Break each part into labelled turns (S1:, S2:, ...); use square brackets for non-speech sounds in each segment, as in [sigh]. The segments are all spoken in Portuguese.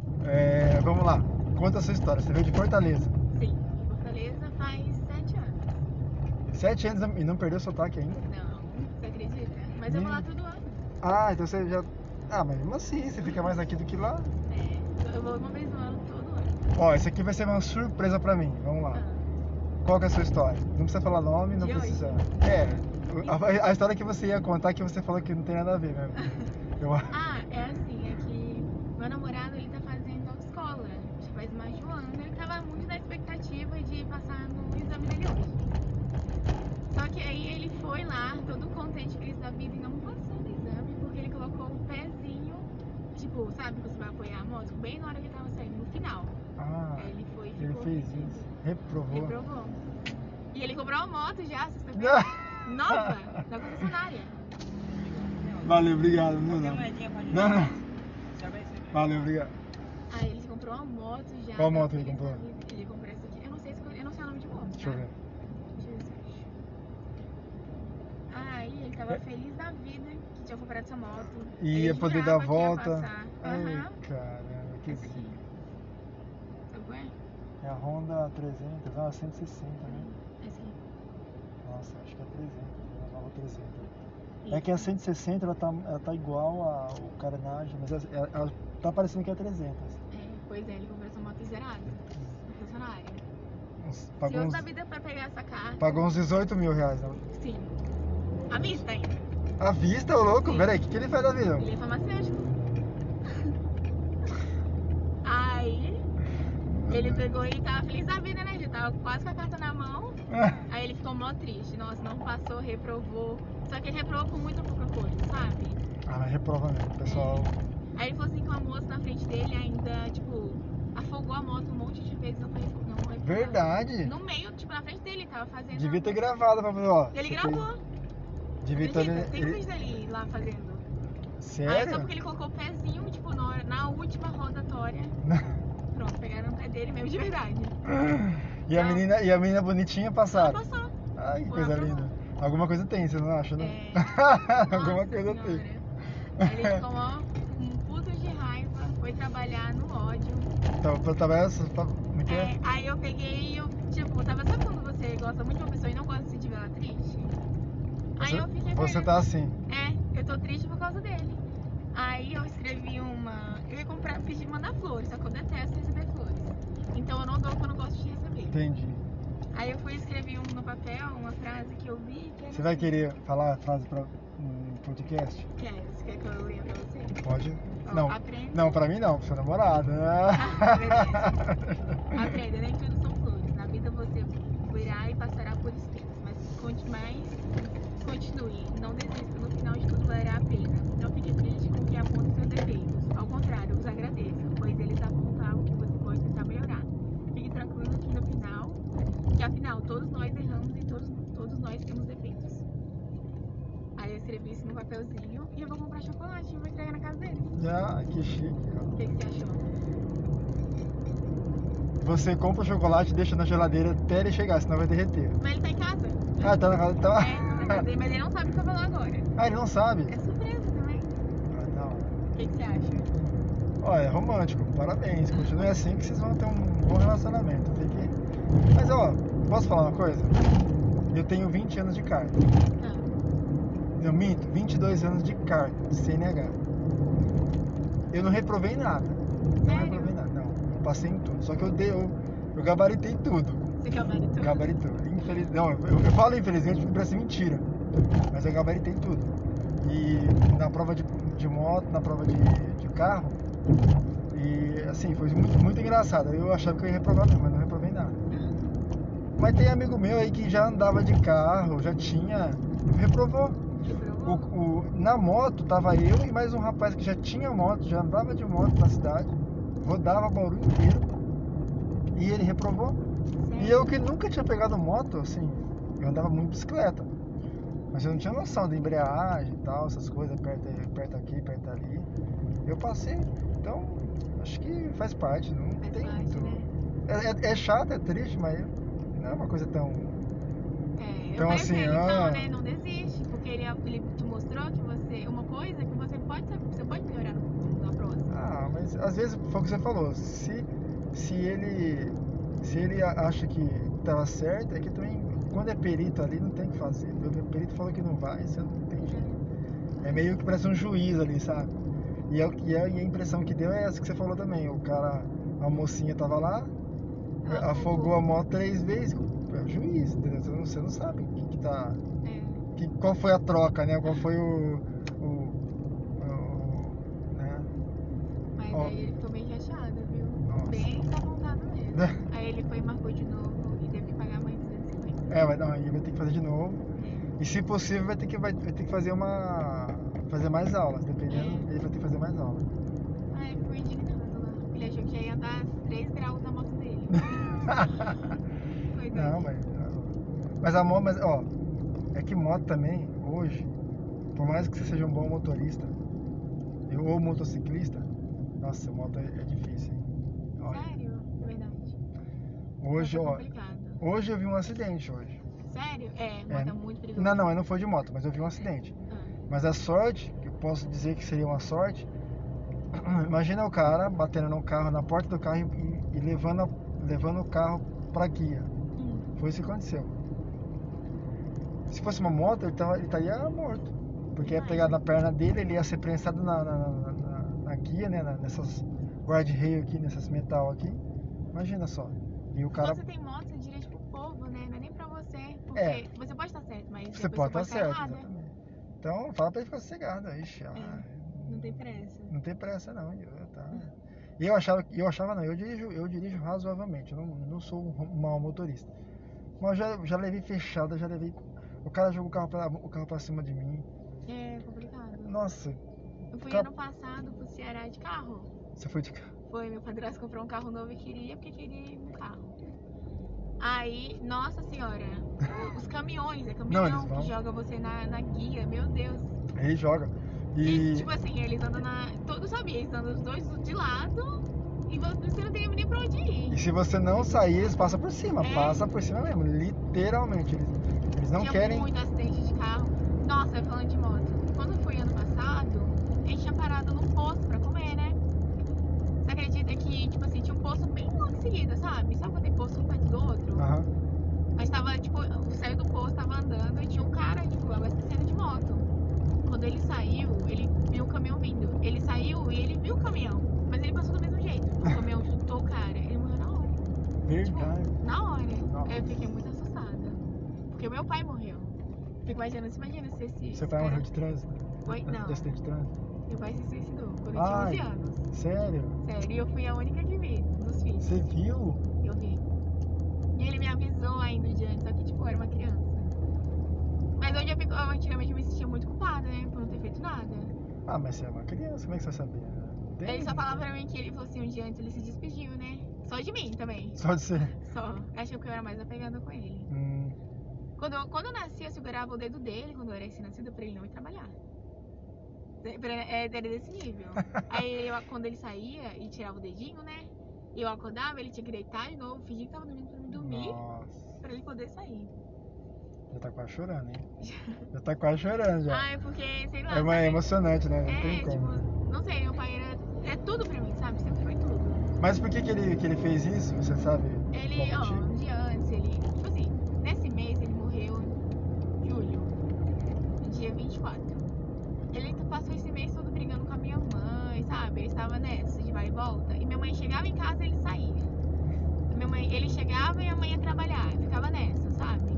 S1: Mas É, vamos lá. Conta a sua história. Você veio de Fortaleza.
S2: Sim, em Fortaleza faz sete anos.
S1: Sete anos e não perdeu o sotaque ainda.
S2: Não, você acredita? Mas eu vou lá todo ano.
S1: Ah, então você já. Ah, mas mesmo assim, você fica mais aqui do que lá.
S2: É, eu vou uma vez no ano, todo ano.
S1: Ó, esse aqui vai ser uma surpresa pra mim. Vamos lá. Qual que é a sua história? Não precisa falar nome, não
S2: De
S1: precisa. É. A, a história que você ia contar que você falou que não tem nada a ver mesmo. Eu...
S2: Ah, é assim, é que meu namorado ele tá fazendo autoescola. Já faz mais de um ano. Ele tava muito na expectativa de passar no exame dele hoje. Só que aí ele foi lá, todo contente, feliz da vida, e não passou no exame, porque ele colocou o pezinho, tipo, sabe, que você vai apoiar a moto, bem na hora que tava saindo, no final.
S1: Ah,
S2: Aí ele foi e
S1: ele
S2: ficou
S1: fez
S2: ofendido.
S1: isso. Reprovou. [laughs]
S2: Reprovou. E ele comprou a moto já, sexta-feira,
S1: Ah,
S2: nova, da concessionária.
S1: Valeu, obrigado. Não, não.
S3: moedinha pra
S1: Não,
S3: ajudar?
S1: não.
S3: Já vai ser.
S1: Valeu, obrigado.
S2: Aí ele comprou uma moto já.
S1: Qual
S2: tá
S1: moto ele
S2: feliz
S1: comprou?
S2: da vida. Ele comprou essa aqui. Eu não sei, se, eu não sei o nome de moto.
S1: Deixa eu
S2: tá?
S1: ver.
S2: Jesus. Aí ele tava feliz da vida que tinha comprado essa moto.
S1: É. E
S2: Ele
S1: ia poder dar a
S2: jurava que ia
S1: volta. É.
S2: passar. Aham.
S1: Ai, caramba, que
S2: Essa aqui.
S1: zica.
S2: Sabe qual é?
S1: É a Honda 300, ah, 160, né?
S2: Essa aqui.
S1: Nossa, acho que é 300, né? a nova 300.
S2: Isso.
S1: É que a 160 ela tá, ela tá igual ao carenagem, mas ela, ela- ela tá parecendo que é 300.
S2: É, pois é, ele comprou essa moto zerada. na Concessionária.
S1: Uns-
S2: Se
S1: pagou,
S2: eu
S1: uns,
S2: da vida pra pegar essa carta.
S1: pagou uns 18 mil reais. Né?
S2: Sim. À vista ainda.
S1: À vista, ô louco?
S2: Sim.
S1: Peraí, o que, que ele faz da vida? [laughs]
S2: Ele é farmacêutico. [laughs] Aí
S1: Uhum.
S2: ele pegou e tava feliz da vida, né? Já tava quase com a carta na mão.
S1: Ah,
S2: Aí ele ficou mó triste. Nossa, não passou, reprovou. Só que ele reprovou por muito pouca coisa, sabe?
S1: Ah, mas reprova mesmo, pessoal.
S2: Aí ele falou assim com a moça na frente dele ainda, tipo, afogou a moto um monte de vezes. Não foi, não foi
S1: Verdade!
S2: No meio, tipo, na frente dele, tava fazendo.
S1: Devia ter gravado pra fazer, ó.
S2: Ele
S1: você
S2: gravou.
S1: fez- Devia ter.
S2: acredita? Tem
S1: ele-
S2: vídeo dele lá fazendo. Aí é só
S1: Sério?
S2: porque ele colocou o pezinho, tipo, na, hora- na última rotatória. Pronto, pegaram o pé dele mesmo de verdade.
S1: e, a
S2: Não.
S1: menina, e a menina bonitinha
S2: Ela
S1: passaram.
S2: passou.
S1: Ai, que
S2: Foi
S1: coisa
S2: uma
S1: linda. Alguma coisa tem, você não acha, né?
S2: É.
S1: [laughs] [laughs] Alguma
S2: Nossa
S1: coisa assim.
S2: Senhora.
S1: tem.
S2: Aí Ele ficou ó, um puto de raiva, foi trabalhar no ódio.
S1: Então, pra trabalhar, você fa- como que é?
S2: É, aí eu peguei e eu, tipo, tava sabe quando você gosta muito de uma pessoa e não gosta de se ver ela triste? Aí eu
S1: Você,
S2: fiquei
S1: você
S2: feliz.
S1: tá assim.
S2: É, eu tô triste por causa dele. Aí eu escrevi uma. Eu ia comprar, pedi mandar flores, só que eu detesto receber flores. Então eu não dou porque eu não gosto de receber.
S1: Entendi.
S2: Aí eu fui escrever um no papel, uma frase que eu vi que era
S1: Você vai
S2: assim.
S1: querer falar a frase pra um podcast?
S2: Quer, você quer que eu leia pra você?
S1: Pode?
S2: Ó,
S1: Não.
S2: Aprenda,
S1: Não, pra mim não, pro seu namorado.
S2: Ah,
S1: né?
S2: aprenda, nem tudo são flores. Na vida você irá e passará por espinhos, mas, conte, mas continue, não desista, no final de tudo valerá a pena. Não fique triste com o que aponta os seus defeitos. Ao contrário, os agradeça, pois eles apontam algo que você pode tentar melhorar. Fique tranquilo que no final, que afinal todos nós erramos e todos, todos nós temos defeitos. Aí eu escrevi isso no papelzinho e eu vou comprar chocolate e vou entregar na casa dele.
S1: [laughs] ah, que chique.
S2: O que, que você achou?
S1: Você compra o chocolate e deixa na geladeira até ele chegar, senão vai derreter.
S2: Mas ele tá em
S1: [laughs]
S2: casa.
S1: Ah, tá na casa. Tá...
S2: É, tá em casa, mas ele não sabe o que eu vou lá
S1: [laughs]
S2: agora.
S1: Ah, ele não sabe.
S2: É surpresa também.
S1: Ah, não.
S2: O que, que você acha?
S1: Olha, é romântico, parabéns. Continue assim que vocês vão ter um bom relacionamento. Fique... Mas ó, posso falar uma coisa? Eu tenho 20 anos de carta.
S2: Ah,
S1: Eu minto, 22 anos de carta, de CNH. Eu não reprovei nada. Não é
S2: Sério?
S1: reprovei nada, não. Eu passei em tudo. Só que eu dei, eu, eu gabaritei tudo.
S2: Você gabaritou?
S1: Gabaritou. Infeliz... Não, eu, eu falo infelizmente porque parece mentira. Mas eu gabaritei tudo. E na prova de, de moto, na prova de, de carro. E assim, foi muito, muito engraçado. Eu achava que eu ia reprovar mesmo, mas não reprovei nada. Mas tem amigo meu aí que já andava de carro, já tinha. Reprovou.
S2: Você
S1: O,
S2: provou?
S1: o- na moto tava eu e mais um rapaz que já tinha moto, já andava de moto na cidade, rodava Bauru inteiro. E ele reprovou.
S2: Sério?
S1: E eu que nunca tinha pegado moto, assim, eu andava muito bicicleta. Mas eu não tinha noção da embreagem e tal, essas coisas, aperta, aperta aqui, aperta ali. Eu passei, então acho que faz parte, não
S2: Faz
S1: tem
S2: parte,
S1: muito.
S2: né?
S1: É, é- é chato, é triste, mas não é uma coisa tão.
S2: É.
S1: Então,
S2: eu falei
S1: assim,
S2: pra ele,
S1: ah.
S2: não, né? Não desiste, porque ele, ele te mostrou que você. Uma coisa que você pode saber, você pode melhorar no- na próxima.
S1: Ah, mas às vezes foi o que você falou. Se, se ele se ele a- acha que tava certo, é que também quando é perito ali não tem o que fazer. O perito falou que não vai, você não tem jeito. É meio que parece um juiz ali, sabe? E, é, o que é, e a impressão que deu é essa que você falou também. O cara, a mocinha tava lá,
S2: Ela
S1: afogou a moto três vezes. É o juiz, entendeu? Você não, você não sabe o que, que tá.
S2: É,
S1: que- qual foi a troca, né? Qual foi o. o, o- né?
S2: mas
S1: Ó.
S2: aí ele ficou bem chateado, viu?
S1: Nossa.
S2: Bem revoltado mesmo.
S1: [laughs]
S2: Aí ele foi e marcou de novo e teve que pagar mais 250.
S1: É, vai, não, aí vai ter que fazer de novo. E se possível vai ter que, vai, vai ter que fazer uma. fazer mais aulas, dependendo, ele vai ter que fazer mais aulas. [laughs]
S2: Ah, ele ficou indignado lá. Ele achou que ia andar 3 graus na moto dele. Coisa
S1: Não, mas. Mas a moto, mas ó, é que moto também, hoje, por mais que você seja um bom motorista ou motociclista, nossa, moto é, é difícil, hein? Olha,
S2: Sério? Verdade.
S1: hoje,
S2: Moto é
S1: ó,
S2: complicado.
S1: hoje eu vi um acidente hoje.
S2: Sério? É, moto é, muito perigoso.
S1: Não, não, mas não foi de moto, mas eu vi um acidente.
S2: Ah,
S1: Mas a sorte, que eu posso dizer que seria uma sorte, [clears throat] imagina o cara batendo no carro, na porta do carro e, e levando, a- levando o carro pra guia.
S2: hum,
S1: Foi isso que aconteceu. Se fosse uma moto, ele, tava, ele estaria morto. Porque ia pegar na perna dele, ele ia ser prensado na, na, na- na- na guia, né? na- nessas guard-rail aqui, nessas metal aqui. Imagina só. E o cara.
S2: Quando você tem moto, você dirige pro povo, né? Não é nem pra você. Porque
S1: É.
S2: você pode estar certo, mas
S1: Você
S2: depois
S1: pode estar certo,
S2: errado.
S1: exatamente. Então, fala pra ele ficar sossegado. Ixi, ah,
S2: Não tem pressa.
S1: Não tem pressa não, eu, tá. E eu achava, eu achava não, eu dirijo, eu dirijo razoavelmente, eu não, não sou um mau motorista. Mas já, já levei fechada, já levei. O cara jogou o carro pra, o carro pra cima de mim.
S2: É complicado.
S1: Nossa,
S2: Eu fui
S1: Cap-
S2: ano passado pro Ceará de carro.
S1: você foi de carro.
S2: Foi, meu padrasto comprou um carro novo e queria, porque queria ir no carro. Aí, nossa senhora, os caminhões, é caminhão
S1: eles vão.
S2: que joga você na, na guia, meu Deus.
S1: Ele joga.
S2: E,
S1: E.
S2: tipo assim, eles andam na. Todos sabia, eles andam os dois de lado e vo- você não tem nem pra onde ir.
S1: E se você não sair, eles passam por cima.
S2: É.
S1: Passa por cima mesmo, literalmente. Eles, eles não
S2: Tinha
S1: querem.
S2: muito acidente de carro. Nossa, falando de moto, quando foi ano passado, a gente tinha parado num posto pra comer, né? Você acredita que, tipo assim, tinha um posto bem logo em seguida, sabe? Sabe quando tem posto um perto do outro?
S1: Aham.
S2: Mas tava, tipo, saiu do posto, tava andando e tinha um cara, tipo, abastecendo de moto. Quando ele saiu, ele viu o caminhão vindo. Ele saiu e ele viu o caminhão. Mas ele passou do mesmo jeito.
S1: [laughs]
S2: O caminhão chutou o cara. Ele morreu na hora.
S1: Verdade.
S2: Na hora.
S1: Nossa.
S2: Eu fiquei muito assustada. Porque meu pai morreu. Fico imaginando, você imagina se esse.
S1: Você vai
S2: esse
S1: morrer
S2: cara...
S1: de trânsito?
S2: Oi? Não.
S1: De acidente de trânsito?
S2: Meu pai se suicidou quando eu tinha
S1: Ai.
S2: 11 anos.
S1: Sério?
S2: Sério. E eu fui a única que vi dos filhos.
S1: Você viu?
S2: Eu vi. E ele me avisou ainda de antes, só que tipo, eu era uma criança. Mas hoje eu, fico, eu antigamente eu me sentia muito culpada, né? Por não ter feito nada.
S1: Ah, mas você é uma criança, como é que você sabia? Tem-
S2: Ele só falava pra mim que ele falou assim, um dia antes ele se despediu, né? Só de mim também.
S1: Só de ser.
S2: Só. Achou que eu era mais apegada com ele.
S1: Hum.
S2: Quando eu, quando eu nasci, eu segurava o dedo dele quando eu era recém-nascida pra ele não ir trabalhar. De- pra- é, Era desse nível. Aí eu- quando ele saía e tirava o dedinho, né? Eu acordava, ele tinha que deitar de novo, fingia que tava dormindo pra mim dormir,
S1: Nossa,
S2: pra ele poder sair.
S1: já tá quase chorando, hein? Já tá quase chorando já.
S2: Ah, é porque, sei lá.
S1: é uma, é
S2: sabe?
S1: emocionante, né? Não
S2: É,
S1: tem como.
S2: tipo, não sei, meu pai era. É tudo pra mim, sabe? Sempre foi tudo.
S1: Mas por que, que, ele, que ele fez isso? Você sabe?
S2: Ele,
S1: Bom
S2: ó,
S1: motivo.
S2: um dia antes, ele. Tipo assim, nesse mês ele morreu em julho, no dia 24. Ele passou esse mês todo brigando com a minha mãe, sabe? Ele estava nessa, de vai e volta. E minha mãe chegava em casa e ele saía. Minha mãe, ele chegava e a mãe ia trabalhar. Ficava nessa, sabe?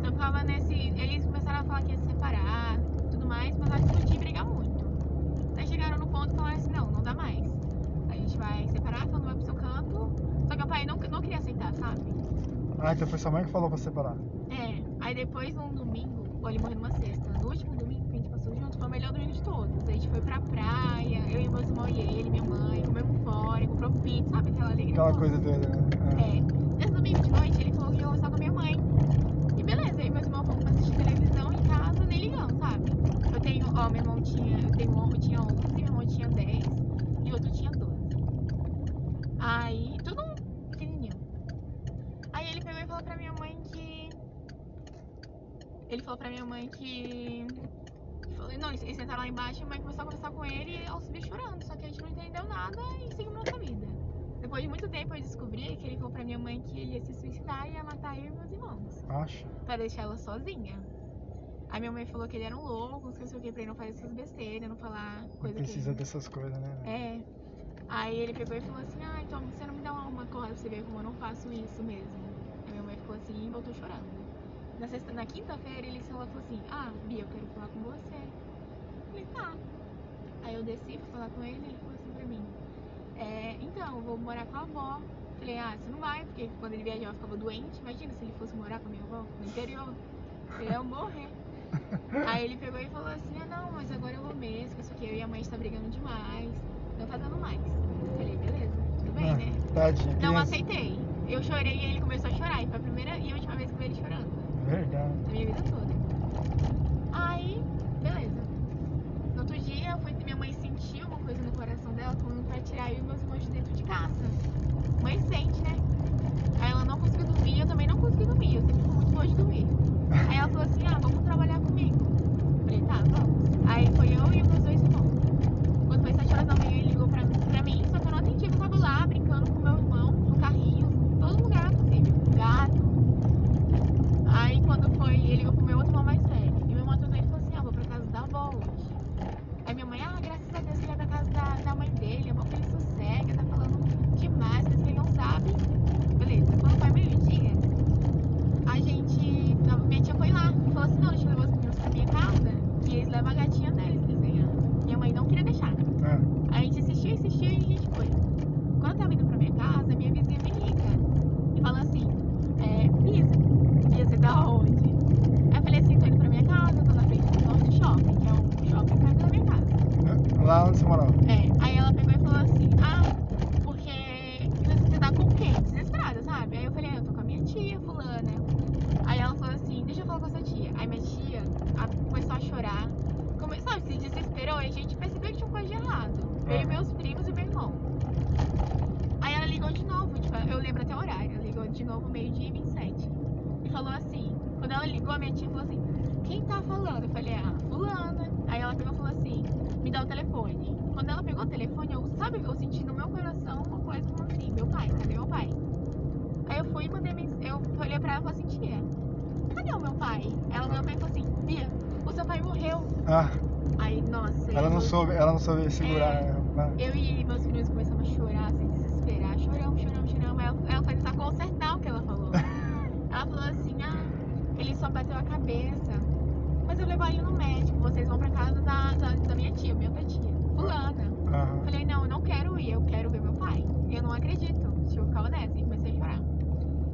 S2: Então ficava nesse. Eles começaram a falar que ia se separar tudo mais, mas acho que podia brigar muito. Daí chegaram no ponto e falaram assim, não, não dá mais. A gente vai separar, cada um vai pro seu canto. Só que o pai não, não queria aceitar, sabe?
S1: Ah, então foi sua mãe que falou pra separar.
S2: É. Aí depois num domingo, ou ele morreu numa sexta. No último domingo que a gente passou junto, foi o melhor domingo de todos. A gente foi pra praia, eu e meus irmãos e ele, minha mãe, comemos fora, comprou pizza, sabe? Aquela alegria.
S1: Aquela
S2: toda.
S1: coisa dele, né?
S2: Então, É, nesse domingo de noite ele falou que ia almoçar com a minha mãe. E beleza, aí meus irmãos foram assistir televisão em casa, nem ligando, sabe? Eu tenho, ó, meu irmão tinha, eu tenho, um- eu tinha 11, meu irmão tinha 10 e outro tinha 12. Aí, tudo um pequenininho. Aí ele pegou e falou pra minha mãe que Ele falou pra minha mãe que. falou- Não, eles eles sentaram lá embaixo e a mãe começou a conversar com ele e eu subi chorando, só que a gente não entendeu nada e seguimos nossa vida. Depois de muito tempo eu descobri que ele falou pra minha mãe que ele ia se suicidar e ia matar eu e meus irmãos.
S1: Acho.
S2: Pra deixar ela sozinha. A minha mãe falou que ele era um louco, não sei o que, pra ele não fazer essas besteiras, não falar
S1: Não
S2: coisa que.
S1: precisa dessas coisas, né? velho?
S2: É. Aí ele pegou e falou assim, ah, então você não me dá uma, uma corda pra você ver como eu não faço isso mesmo. Aí minha mãe ficou assim e voltou chorando. Na, sexta, na quinta-feira ele só falou assim, ah, Bia, eu quero falar com você. Eu falei, tá. Aí eu desci, fui falar com ele, ele falou assim pra mim, é, então, eu vou morar com a avó. Eu Falei, ah, você não vai, porque quando ele viajava eu ficava doente. Imagina se ele fosse morar com a minha avó no interior. Ele ia morrer. Aí ele pegou e falou assim, ah não, mas agora eu vou mesmo, isso aqui, eu e a mãe está brigando demais, não tá dando mais. Eu Falei, beleza, tudo bem,
S1: Ah,
S2: né?
S1: [laughs] Tadinha.
S2: Não
S1: criança.
S2: aceitei. Eu chorei e ele começou a chorar. E foi a primeira e última vez que eu vi ele chorando.
S1: Verdade.
S2: Na minha vida toda. Aí, beleza. No outro dia, eu fui, minha mãe sentiu uma coisa no coração dela, falando pra tirar eu e meus irmãos de dentro de casa. Mãe sente, né? Aí ela não conseguiu dormir, eu também não consegui dormir. Eu sempre fui muito boa de dormir. Aí ela falou assim, ah, vamos trabalhar comigo. Falei, tá, vamos. Aí foi eu e os meus dois irmãos. Quando foi 7 horas da manhã, ele ligou pra, pra mim, só que eu não atendi, eu tava lá brincando com meu irmão, no carrinho, em todo lugar possível. Gato. Aí quando foi, ele ligou pro meu outro irmão mais velho. E meu irmão também falou assim, ah, vou pra casa da avó hoje. Aí minha mãe, ah, graças a Deus que ele vai pra casa da, da mãe dele, a mão que ele sossega, tá falando demais, mas que ele não sabe. Beleza, quando foi meio-dia, a gente. a Minha tia foi lá e falou assim: não, deixa eu levar os meninos pra minha casa, que eles levam a gatinha deles desenhar. Minha mãe não queria deixar.
S1: Ah,
S2: A gente insistiu, insistiu e a gente foi. Quando eu tava indo pra minha casa, minha vizinha me liga e fala assim: é, Pisa, Pia, você tá onde? Aí eu falei assim: tô indo pra minha casa, tô na frente do Norte Shopping, que é um shopping perto da minha casa.
S1: lá onde você morava.
S2: É, aí ela pegou e falou assim, ah, porque você tá com quem? Desesperada, sabe? Aí eu falei, ah, eu tô com a minha tia, fulana. Aí ela falou assim, deixa eu falar com a sua tia. Aí minha tia a- começou a chorar, começou, sabe, se desesperou e a gente percebeu que tinha coisa de errado. Eu e
S1: Aham.
S2: meus primos e meu irmão. Aí ela ligou de novo, tipo, eu lembro até o horário, ela ligou de novo meio-dia e 27. E falou assim, quando ela ligou, a minha tia falou assim, quem tá falando? Eu falei, ah, fulana. Aí ela pegou e falou assim, me dá o telefone. Quando ela pegou o telefone, eu, sabe, eu senti no meu coração uma coisa como assim, meu pai, cadê meu pai? Aí eu fui e mandei mensagem, eu olhei pra ela e falei assim, tia, cadê o meu pai? Ela olhou pra mim e falou assim, Bia, o seu pai morreu.
S1: Ah,
S2: Aí, nossa,
S1: ela não
S2: eu-
S1: soube, ela não soube segurar.
S2: É.
S1: né?
S2: eu e meus filhos começamos a chorar, se desesperar. Choramos, choramos, choramos. Ela, ela foi tentar consertar o que ela falou.
S1: Ah.
S2: [laughs] Ela falou assim: ah, ele só bateu a cabeça. Mas eu levo ele no médico. Vocês vão pra casa da, da, da minha tia, minha outra tia, Fulana. Eu
S1: Aham.
S2: Falei, não, eu não quero ir, eu quero ver meu pai. Eu não acredito. Tipo, ficava nessa e comecei a chorar.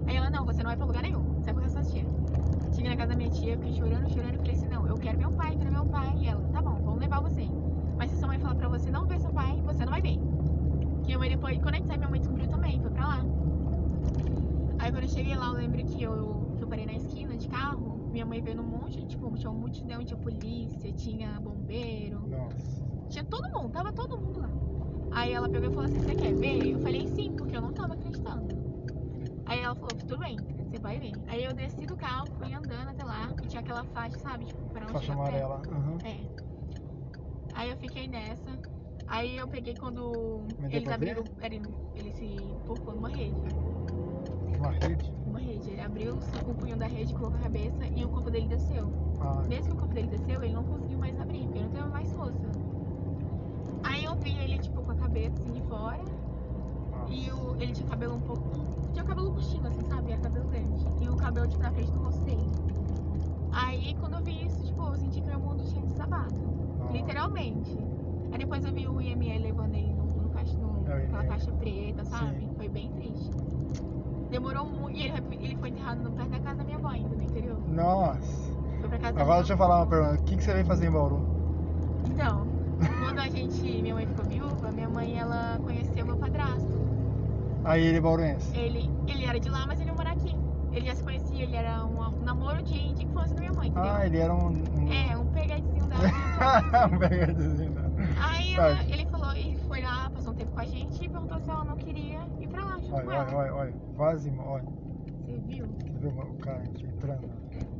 S2: Aí ela, não, você não vai pra lugar nenhum, você vai pra casa da sua tia. Cheguei na casa da minha tia, fiquei chorando, chorando, falei assim, não, eu quero meu pai, quero meu pai. E ela, tá bom, vamos levar você. Mas se sua mãe falar pra você não ver seu pai, você não vai ver. Que minha mãe depois, quando a gente saiu, minha mãe descobriu também, foi pra lá. Aí quando eu cheguei lá, eu lembro que eu, que eu parei na esquina de carro, minha mãe veio num monte, tipo, tinha uma multidão, tinha polícia, tinha bombeiro.
S1: Nossa.
S2: Tinha todo mundo, tava todo mundo lá. Aí ela pegou e falou assim: Você quer ver? Eu falei: Sim, porque eu não tava acreditando. Aí ela falou: Tudo bem, você vai ver. Aí eu desci do carro, fui andando até lá, e tinha aquela faixa, sabe? Tipo, pra não
S1: Faixa
S2: chegar perto.
S1: amarela. Aham.
S2: É. Aí eu fiquei nessa. Aí eu peguei quando
S1: Mas deu
S2: eles
S1: pra ver?
S2: abriram. Ele, ele se porcou numa rede.
S1: Uma rede.
S2: Uma rede. Ele abriu o punho da rede, colocou a cabeça e o corpo dele desceu.
S1: Ah,
S2: Desde que o corpo dele desceu, ele não conseguiu mais abrir, porque eu não teve mais força. Aí eu vi ele, tipo, com a cabeça assim de fora,
S1: nossa.
S2: e o, ele tinha cabelo um pouco. Tinha cabelo cochilo, assim, sabe? Era cabelo grande. E o cabelo, tipo, na frente do rosto dele. Aí, quando eu vi isso, tipo, eu senti que meu mundo tinha desabado.
S1: Ah,
S2: Literalmente. Aí depois eu vi o IML levando ele no, no caixa,
S1: É,
S2: no,
S1: o
S2: naquela
S1: IML.
S2: caixa preta, sabe?
S1: Sim.
S2: Foi bem triste. Demorou muito. E ele, ele foi enterrado no perto da casa da minha avó ainda, no interior.
S1: Nossa.
S2: Foi pra casa da
S1: Agora
S2: minha
S1: deixa eu falar uma pergunta. O que, que você veio fazer em Bauru?
S2: Então, quando a gente, minha mãe ficou viúva, minha mãe ela conheceu meu padrasto.
S1: Aí ele é bauruense.
S2: Ele, ele era de lá, mas ele mora aqui. Ele já se conhecia, ele era um, um namoro de, de infância da minha mãe, entendeu?
S1: Ah, ele era um. um...
S2: É, um pegadinho da
S1: [laughs] um pegadinho, né? [laughs]
S2: Aí ela-
S1: Tadinho.
S2: ele falou, ele foi lá, passou um tempo com a gente e perguntou se ela não queria ir pra lá junto
S1: Olha,
S2: com ela.
S1: olha, olha, olha. Quase, olha.
S2: Você viu?
S1: Você viu o cara entrando?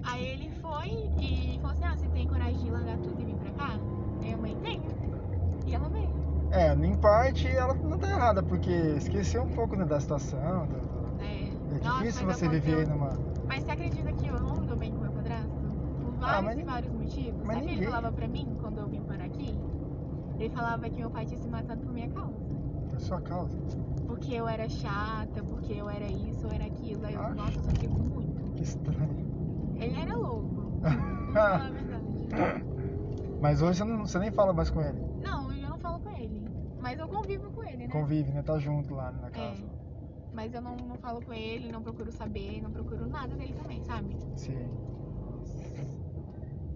S2: Aí ele foi e falou assim: Ah, você tem coragem de largar tudo e vir pra cá? Aí a mãe tem. E ela veio.
S1: É, em parte ela não tá errada, porque esqueceu um pouco né, da situação. do- do-
S2: É,
S1: É
S2: Nossa,
S1: difícil
S2: mas
S1: você
S2: aconteceu.
S1: viver numa.
S2: Mas você acredita que eu não me dou bem com meu padrasto? Por vários
S1: Ah, mas
S2: e
S1: ni-
S2: vários motivos.
S1: mas
S2: Sabe o que ele
S1: ninguém-
S2: falava pra mim quando eu vim por aqui? Ele falava que meu pai tinha se matado por minha causa.
S1: por sua causa.
S2: Porque eu era chata, porque eu era isso, eu era aquilo. Aí eu,
S1: Acho.
S2: nossa, sofri muito.
S1: Que estranho. [laughs]
S2: Ele era louco. Vamos falar a verdade.
S1: Mas hoje você, não- você nem fala mais com ele.
S2: Não, eu não falo com ele. Mas eu convivo com ele, né? É.
S1: Convive, né? Tá junto lá na casa.
S2: Mas eu não, não falo com ele, não procuro saber, não procuro nada dele também, sabe?
S1: Sim.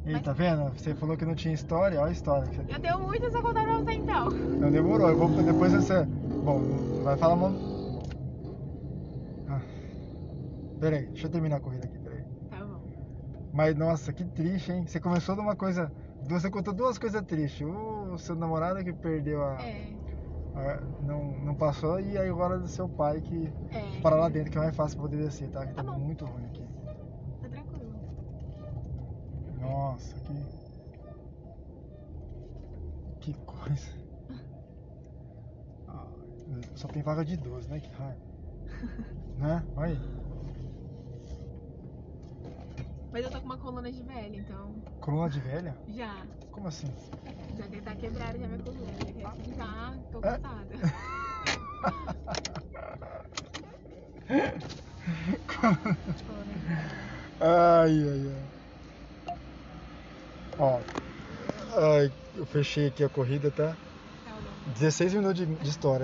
S1: Ih, tá vendo? Você falou que não tinha história, olha a história que você
S2: Eu tenho muitas a contar pra você então.
S1: Não demorou, eu vou depois você. Bom, vai falar um uma. Ah. Peraí, deixa eu terminar a corrida aqui, peraí.
S2: Tá bom.
S1: Mas nossa, que triste, hein? Você começou numa coisa. Você contou duas coisas tristes. O seu namorado que perdeu a.
S2: É.
S1: a- não, não passou, e aí agora do seu pai que.
S2: É.
S1: Para lá dentro, que é mais fácil pra poder descer, tá? Que tá
S2: Tá bom.
S1: muito ruim aqui.
S2: Tá tranquilo.
S1: Nossa, que. Que coisa. Ah, Só tem vaga de 12, né? Que raiva. né? Olha aí.
S2: Mas eu tô com uma coluna de velho, então.
S1: Coluna de velha?
S2: Já.
S1: Como assim? [laughs]
S2: Já tentar quebrar já minha coluna. Já, já tô
S1: É?
S2: cansada. Coluna de velho.
S1: ai, ai, ai. Ó. Ai, eu fechei aqui a corrida, tá?
S2: Tá bom.
S1: 16 minutos de, de história.